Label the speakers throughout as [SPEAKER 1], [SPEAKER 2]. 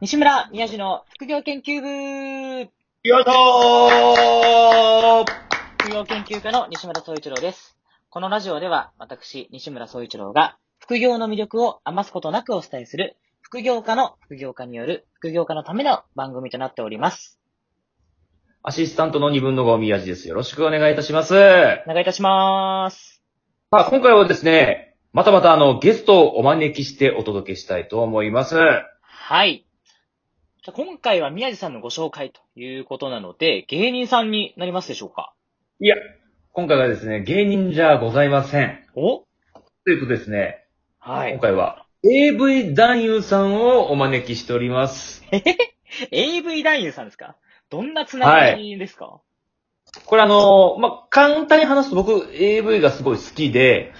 [SPEAKER 1] 西村宮治の副業研究部
[SPEAKER 2] よいしょー
[SPEAKER 1] 副業研究家の西村総一郎です。このラジオでは私、西村総一郎が副業の魅力を余すことなくお伝えする副業家の副業家による副業家のための番組となっております。
[SPEAKER 2] アシスタントの二分の5宮地です。よろしくお願いいたします。
[SPEAKER 1] お願いいたします。
[SPEAKER 2] まあ、今回はですね、またまたあの、ゲストをお招きしてお届けしたいと思います。
[SPEAKER 1] はい。じゃあ今回は宮治さんのご紹介ということなので、芸人さんになりますでしょうか
[SPEAKER 2] いや、今回はですね、芸人じゃございません。
[SPEAKER 1] お
[SPEAKER 2] ということですね、
[SPEAKER 1] は
[SPEAKER 2] 今
[SPEAKER 1] い。
[SPEAKER 2] 回は AV 男優さんをお招きしております。
[SPEAKER 1] AV 男優さんですかどんなつながりですか、
[SPEAKER 2] これあの、まあ、簡単に話すと僕 AV がすごい好 きで、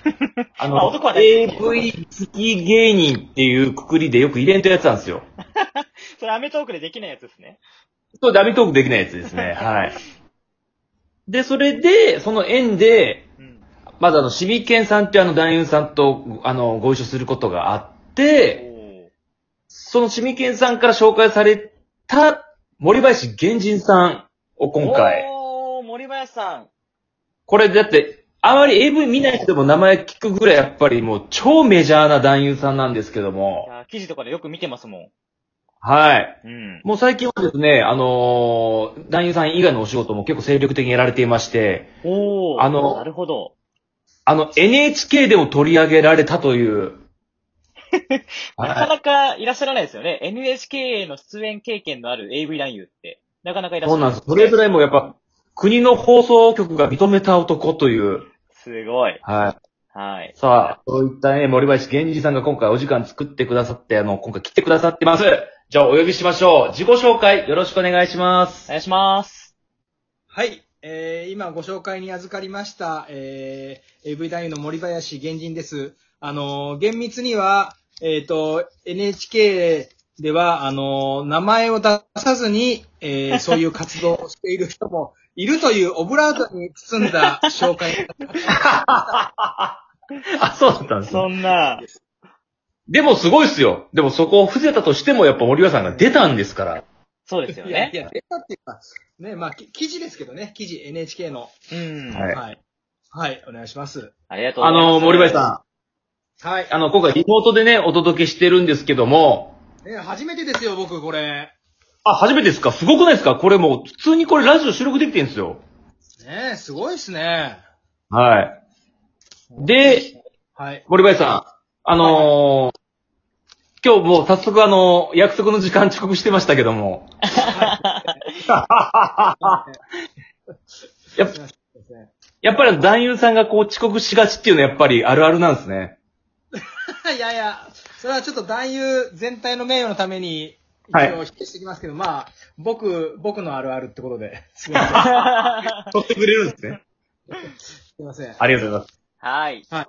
[SPEAKER 2] あ
[SPEAKER 1] まあ
[SPEAKER 2] の、
[SPEAKER 1] 男は大好き
[SPEAKER 2] AV 好き芸人っていうくくりでよくイベントやってたんですよ。
[SPEAKER 1] それアメトークでできないやつですね。
[SPEAKER 2] そう、ダミトークできないやつで すね。はい。で、それで、その縁で、
[SPEAKER 1] うん。
[SPEAKER 2] まずあの、シミケンさんっていうあの、男優さんと、あの、ご一緒することがあって、
[SPEAKER 1] おー
[SPEAKER 2] そのシミケンさんから紹介された、森林源人さんを今回。
[SPEAKER 1] おー、森林さん。
[SPEAKER 2] これだって、あまり AV 見ない人でも名前聞くぐらいやっぱりもう超メジャーな男優さんなんですけど
[SPEAKER 1] い
[SPEAKER 2] も、
[SPEAKER 1] や、記事とかでよく見てますもん。
[SPEAKER 2] はい。
[SPEAKER 1] うん。
[SPEAKER 2] もう最近はですね、あのー男優さん以外のお仕事も結構精力的にやられていまして、
[SPEAKER 1] おー、
[SPEAKER 2] あの
[SPEAKER 1] なるほど。
[SPEAKER 2] あの、NHK でも取り上げられたという。
[SPEAKER 1] なか
[SPEAKER 2] は
[SPEAKER 1] なかいらっしゃらないですよね。NHK の出演経験のある AV 男優って、なかなかい
[SPEAKER 2] い、
[SPEAKER 1] らっし
[SPEAKER 2] そ
[SPEAKER 1] ゃ
[SPEAKER 2] う
[SPEAKER 1] ら
[SPEAKER 2] なん
[SPEAKER 1] ない。
[SPEAKER 2] です。それぐらいもうやっぱ、国の放送局が認めた男という。
[SPEAKER 1] すごい。
[SPEAKER 2] は
[SPEAKER 1] はい。
[SPEAKER 2] い。さあ、そういったね、森林源氏さんが今回お時間作ってくださって、あの、今回来てくださってます。じゃあお呼びしましょう。自己紹介よろしくお願いしま
[SPEAKER 1] お
[SPEAKER 2] す。
[SPEAKER 1] 願いします。
[SPEAKER 3] はい、えー、今ご紹介に預かりました、えー、AV 男優の森林源人です。あのー厳密には、えっ、と、NHK では、あのー名前を出さずに、え ー、そういう活動をしている人もいるというオブラートに包ん だ紹介。
[SPEAKER 2] あ、そうだったんですね
[SPEAKER 1] そんな、
[SPEAKER 2] でもすごいっすよ。でもそこを伏せたとしてもやっぱ森林さんが出たんですから。
[SPEAKER 1] そうですよ
[SPEAKER 3] いやい
[SPEAKER 1] ね。
[SPEAKER 3] や、出たっていうか、ね、まあ、き記事ですけどね、記事 NHK の。
[SPEAKER 1] うん。
[SPEAKER 2] はい
[SPEAKER 3] はい。はい、お願いします。
[SPEAKER 1] ありがとうご
[SPEAKER 2] あ
[SPEAKER 1] ざいます。
[SPEAKER 2] の、森林さ
[SPEAKER 3] はい
[SPEAKER 2] ん、。あの、今回リモートでね、お届けしてるんですけども、
[SPEAKER 3] ね、初めてですよ、僕、これ。
[SPEAKER 2] あ、初めてですかすごくないですかこれもう、普通にこれラジオ収録できてるんですよ。
[SPEAKER 3] ねすごいっすね。
[SPEAKER 2] はい。で、
[SPEAKER 3] はい。
[SPEAKER 2] 森林さん、あのー今日もう早速あのー約束の時間遅刻してましたけども。やっ
[SPEAKER 3] すいません
[SPEAKER 2] やっぱり男優さんがこう遅刻しがちっていうのはやっぱりあるあるなんですね。
[SPEAKER 3] いやいや、それはちょっと男優全体の名誉のために、
[SPEAKER 2] はい
[SPEAKER 3] 一応否定してきますけど、まあ、僕、僕のあるあるってこと で。すいませ ん。
[SPEAKER 1] は
[SPEAKER 2] 取ってくれるんですね。
[SPEAKER 3] すいません。
[SPEAKER 2] ありがとうございます。
[SPEAKER 1] い。
[SPEAKER 3] は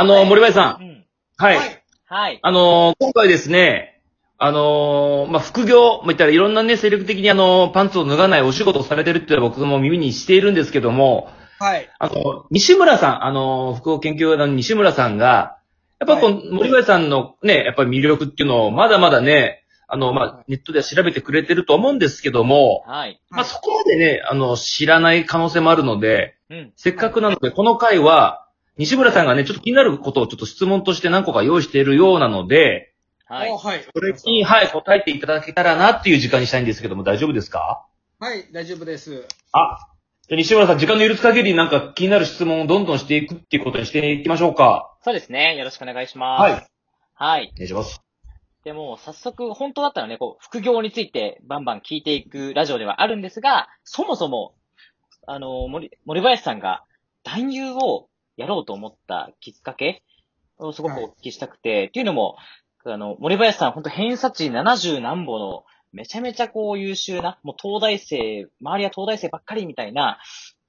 [SPEAKER 2] あのー森林さ、
[SPEAKER 1] うんん。
[SPEAKER 2] はい。
[SPEAKER 3] はい。
[SPEAKER 1] はい。
[SPEAKER 2] あのー今回ですね、あのーまあ、副業、まあ、言ったらいろんなね、精力的にあのーパンツを脱がないお仕事をされてるっていうのは僕も耳にしているんですけども、
[SPEAKER 3] はい。
[SPEAKER 2] あの、西村さん、あの、副業研究家の西村さんが、やっぱこ
[SPEAKER 3] は
[SPEAKER 2] う、森林さんのね、やっぱり魅力っていうのを、まだまだね、あの、まあ
[SPEAKER 3] は、
[SPEAKER 2] ネットでは調べてくれてると思うんですけども、
[SPEAKER 1] はい。
[SPEAKER 2] まあ、そこまでね、あの、知らない可能性もあるので、
[SPEAKER 1] うん。
[SPEAKER 2] せっかくなので、この回は、西村さんがね、ちょっと気になることをちょっと質問として何個か用意しているようなので、
[SPEAKER 1] はい
[SPEAKER 3] お。はい。
[SPEAKER 2] それに、はい、答えていただけたらなっていう時間にしたいんですけども、大丈夫ですか
[SPEAKER 3] はい、大丈夫です。
[SPEAKER 2] あ、じゃあ西村さん、時間の許す限りなんか気になる質問をどんどんしていくっていうことにしていきましょうか。
[SPEAKER 1] そうですね。よろしくお願いします。
[SPEAKER 2] はい。
[SPEAKER 1] はい。
[SPEAKER 2] お願いします。
[SPEAKER 1] でも、早速、本当だったらね、こう、副業についてバンバン聞いていくラジオではあるんですが、そもそも、あの、森、森林さんが、男優をやろうと思ったきっかけをすごくお聞きしたくて、っていうのも、あの、森林さん、本当偏差値70何歩の、めちゃめちゃこう優秀な、もう東大生、周りは東大生ばっかりみたいな、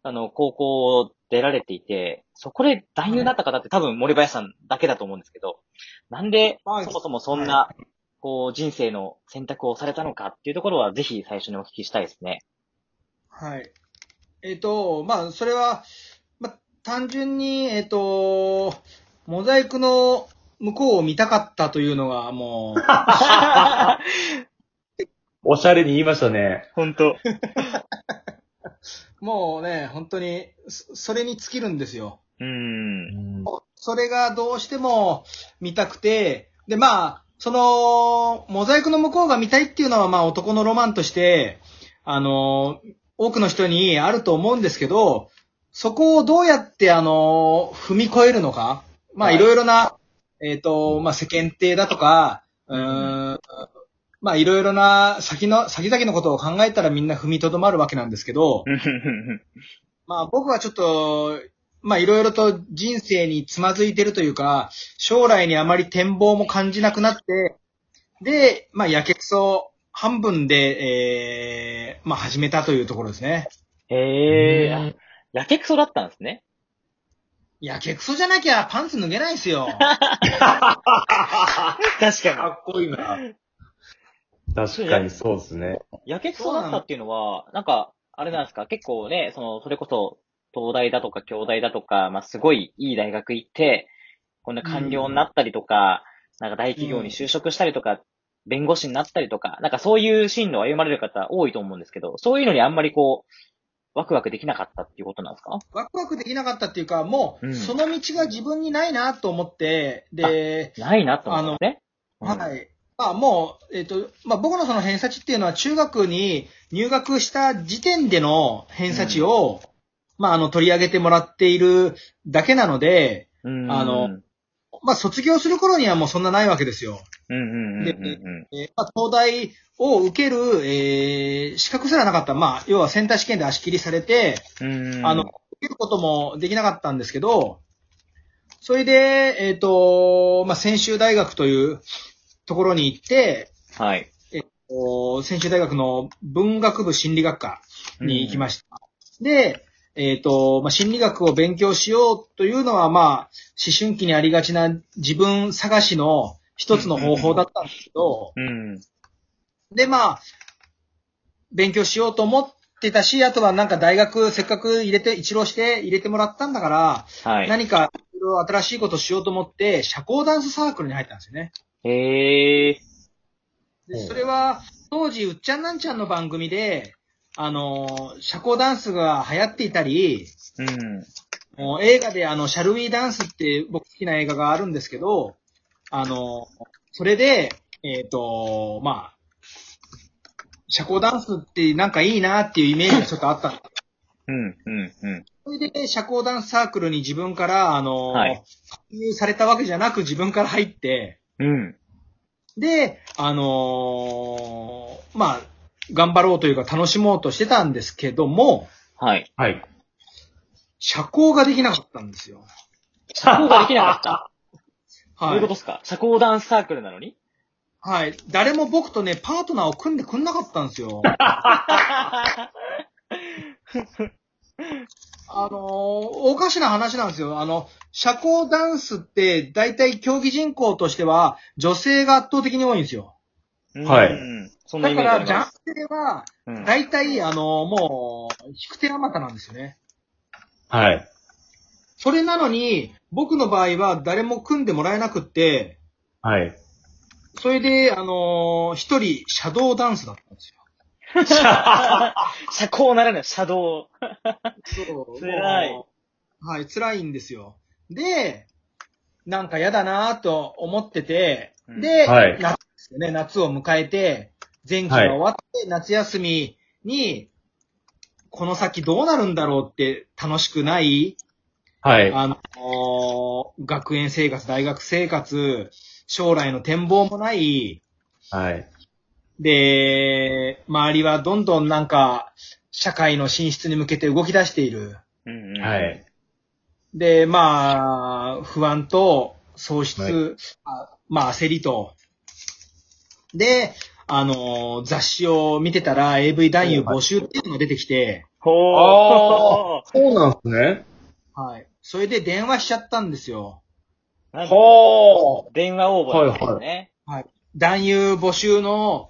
[SPEAKER 1] あの、高校を出られていて、そこで男優になった方って多分森林さんだけだと思うんですけど、なんで、
[SPEAKER 3] はい
[SPEAKER 1] そもそもそんな、こう、人生の選択をされたのかっていうところは、ぜひ最初にお聞きしたいですね。
[SPEAKER 3] はい。えっ、と、まあ、それは、まあ、単純に、えっ、と、モザイクの向こうを見たかったというのが、もう、
[SPEAKER 2] おしゃれに言いましたね。
[SPEAKER 1] 本当
[SPEAKER 3] もうね、本当に、そそれに尽きるんですよ。
[SPEAKER 1] うん。
[SPEAKER 3] それがどうしても見たくて、で、まあ、その、モザイクの向こうが見たいっていうのは、まあ男のロマンとして、あの、多くの人にあると思うんですけど、そこをどうやって、あの、踏み越えるのか。まあ、
[SPEAKER 1] はい
[SPEAKER 3] いろいろな、えっ、と、まあ、世間体だとか、うーん、まあ、いろいろな先の、先々のことを考えたらみんな踏みとどまるわけなんですけど、まあ僕はちょっと、まあいろいろと人生につまずいてるというか、将来にあまり展望も感じなくなって、で、まあやけくそ半分で、えー、まあ始めたというところですね。
[SPEAKER 1] へえ、あやけくそだったんですね。
[SPEAKER 3] やけくそじゃなきゃパンツ脱げないですよ。
[SPEAKER 1] 確
[SPEAKER 2] か
[SPEAKER 1] か
[SPEAKER 2] っこいいな。確かにそうですね。
[SPEAKER 1] に。やけくそだったっていうのは、なんか、あれなんですか、結構ね、その、それこそ、東大だとか、京大だとか、まあ、すごいいい大学行って、こんな官僚になったりとか、なんか大企業に就職したりとか、弁護士になったりとか、なんかそういう進路を歩まれる方多いと思うんですけど、そういうのにあんまりこう、ワクワクできなかったっていうことなんですか
[SPEAKER 3] ワクワクできなかったっていうか、も
[SPEAKER 1] う
[SPEAKER 3] うんその道が自分にないなと思って、で、
[SPEAKER 1] ないなと思うんですね。。
[SPEAKER 3] はいい。まあもう、えっ、と、まあ僕のその偏差値っていうのは中学に入学した時点での偏差値を、まああの取り上げてもらっているだけなので、
[SPEAKER 1] うん
[SPEAKER 3] あの
[SPEAKER 1] うん
[SPEAKER 3] まあ卒業する頃にはもうそんなないわけですよ。
[SPEAKER 1] うんうんうん
[SPEAKER 3] で
[SPEAKER 1] うん。
[SPEAKER 3] えーまあ東大を受ける、えー資格すらなかった。まあ要はセンター試験で足切りされて、
[SPEAKER 1] うん
[SPEAKER 3] あの、受けることもできなかったんですけど、それで、えっ、と、まあ専修大学というところに行って、
[SPEAKER 1] はい。
[SPEAKER 3] お専修大学の文学部心理学科に行きました。で、えっ、と、まあ、心理学を勉強しようというのは、まあ、思春期にありがちな自分探しの一つの方法だったんですけど、
[SPEAKER 1] うん。
[SPEAKER 3] で、まあ、勉強しようと思ってたし、あとはなんか大学せっかく入れて、一浪して入れてもらったんだから、
[SPEAKER 1] はい。
[SPEAKER 3] 何かいろいろ新しいことしようと思って、社交ダンスサークルに入ったんですよね。
[SPEAKER 1] へえ。
[SPEAKER 3] で
[SPEAKER 2] ほう
[SPEAKER 3] それは、当時、うっちゃんなんちゃんの番組で、あのー、社交ダンスが流行っていたり、
[SPEAKER 1] うん。
[SPEAKER 3] もう映画であの、シャルウィーダンスって僕好きな映画があるんですけど、あのー、それで、えっ、と、まあ、社交ダンスってなんかいいなっていうイメージがちょっとあったんです。
[SPEAKER 1] うん。うん。うん。
[SPEAKER 3] それで、社交ダンスサークルに自分から、あのー、
[SPEAKER 1] はい
[SPEAKER 3] 加入されたわけじゃなく自分から入って、
[SPEAKER 1] うん。
[SPEAKER 3] で、あのーまあ、頑張ろうというか楽しもうとしてたんですけども、
[SPEAKER 1] はい。
[SPEAKER 2] はい。
[SPEAKER 3] 社交ができなかったんですよ。
[SPEAKER 1] 社交ができなかった。どう
[SPEAKER 3] は
[SPEAKER 1] いうこと
[SPEAKER 3] い。
[SPEAKER 1] ですか社交ダンスサークルなのに
[SPEAKER 3] はい。誰も僕とね、パートナーを組んでくんなかったんで すよ。あのーおかしな話なんですよ。あの、社交ダンスって、大体競技人口としては、女性が圧倒的に多いんですよ。
[SPEAKER 2] はい
[SPEAKER 1] うん。そんな
[SPEAKER 3] だ
[SPEAKER 1] イ
[SPEAKER 3] か
[SPEAKER 1] メージありま
[SPEAKER 3] ら、男
[SPEAKER 1] す。
[SPEAKER 3] 性は、
[SPEAKER 1] うん
[SPEAKER 3] 大体、あのーもう、引く手あまたなんですよね。
[SPEAKER 2] はい。
[SPEAKER 3] それなのに、僕の場合は誰も組んでもらえなくって、
[SPEAKER 2] はい。
[SPEAKER 3] それで、あのー一人、シャドーダンスだったんです
[SPEAKER 1] 社交ならぬ、シャドウ。
[SPEAKER 3] よ。そう
[SPEAKER 1] 辛い
[SPEAKER 3] もうはい、辛いんですよ。で、なんか嫌だなぁと思ってて、
[SPEAKER 1] うん
[SPEAKER 3] で、
[SPEAKER 2] はい
[SPEAKER 3] 夏ですよね、夏を迎えて、前期が終わって、夏休みに、この先どうなるんだろうって楽しくない
[SPEAKER 2] はい。
[SPEAKER 3] あのー学園生活、大学生活、将来の展望もない。
[SPEAKER 2] はい。
[SPEAKER 3] で、周りはどんどんなんか、社会の進出に向けて動き出している。
[SPEAKER 1] うんうん
[SPEAKER 2] はい。
[SPEAKER 3] で、まあ、不安と喪失、
[SPEAKER 2] はい
[SPEAKER 3] あまあ、焦りと。で、あのー雑誌を見てたら AV 男優募集っていうのが出てきて、
[SPEAKER 1] ほー。
[SPEAKER 2] そうなんですね。
[SPEAKER 3] はい。それで電話しちゃったんですよ。
[SPEAKER 1] なんか
[SPEAKER 2] ほ
[SPEAKER 1] 電話応募ですね。
[SPEAKER 3] 男優募集の、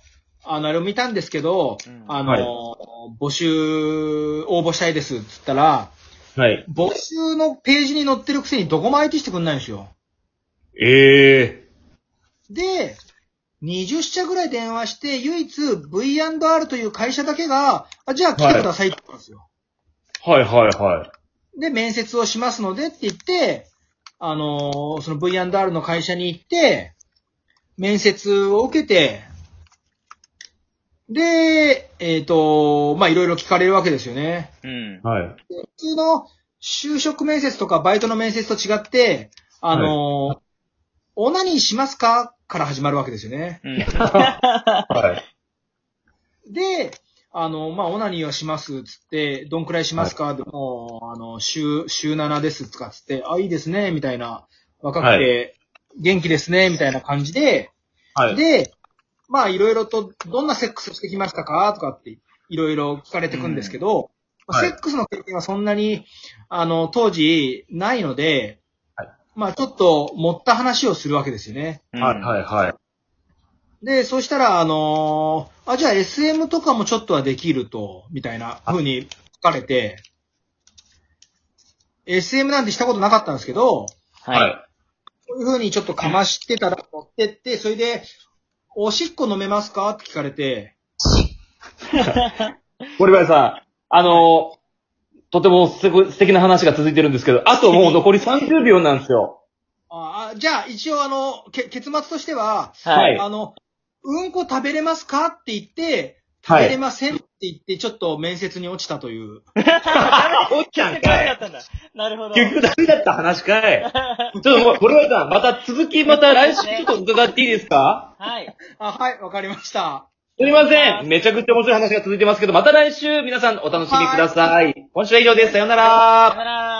[SPEAKER 3] あの、あれを見たんですけど、
[SPEAKER 1] うん
[SPEAKER 3] あの、募集、応募したいですっつったら、
[SPEAKER 2] ー。はい。
[SPEAKER 3] 募集のページに載ってるくせにどこも相手してくんないんですよ。
[SPEAKER 2] ええ
[SPEAKER 3] で、 20社ぐらい電話して、唯一 V&R という会社だけが、あじゃあ来てくださいって言ったんですよ。
[SPEAKER 2] はいはいはい。
[SPEAKER 3] で、面接をしますのでって言って、あのーその V&R の会社に行って、面接を受けて、で、えっ、と、まあ、いろいろ聞かれるわけですよね。
[SPEAKER 1] うん。
[SPEAKER 2] はい。
[SPEAKER 3] 普通の就職面接とかバイトの面接と違って、あのーオナニーしますかから始まるわけですよね。
[SPEAKER 1] うん。
[SPEAKER 2] はい。
[SPEAKER 3] で、あの、まあ、オナニーはします、つって、どんくらいしますか、でも、あの、週、週7です、とか、つって、あ、いいですね、みたいな、若くて、元気ですね、みたいな感じで、
[SPEAKER 2] はい。
[SPEAKER 3] で、まあ、いろいろと、どんなセックスしてきましたかとかって、いろいろ聞かれてくんですけど、
[SPEAKER 2] うん
[SPEAKER 3] まあ
[SPEAKER 2] はい
[SPEAKER 3] セックスの経験はそんなに、あの、当時、ないので、
[SPEAKER 2] はい
[SPEAKER 3] まあ、ちょっと、持った話をするわけですよね。
[SPEAKER 2] はいはいはい。
[SPEAKER 3] で、そしたら、あのーあ、じゃあ SM とかもちょっとはできると、みたいな風に書かれて、SM なんてしたことなかったんですけど、
[SPEAKER 1] はい。はい。
[SPEAKER 3] そういう風にちょっとかましてたら持ってって、それで、おしっこ飲めますかって聞かれて、
[SPEAKER 2] 森林さん、あのー、とてもすごい素敵な話が続いてるんですけど、あともう残り30秒なんですよ。
[SPEAKER 3] ああじゃあ一応あの、け結末としては、
[SPEAKER 2] はい
[SPEAKER 3] あの、うんこ食べれますかって言って、食
[SPEAKER 2] はい
[SPEAKER 3] べれませんって言って、ちょっと面接に落ちたという。
[SPEAKER 2] おっちゃんかい。
[SPEAKER 1] なるほど。
[SPEAKER 2] 結局ダメだった話かい。ちょっともう、森林さん、また続き、また来週ちょっと伺っていいですか
[SPEAKER 1] はい。
[SPEAKER 3] あ、はい、わかりました。
[SPEAKER 2] すみません。めちゃくちゃ面白い話が続いてますけど、また来週皆さんお楽しみください。今週は以上です。さようなら
[SPEAKER 1] さよなら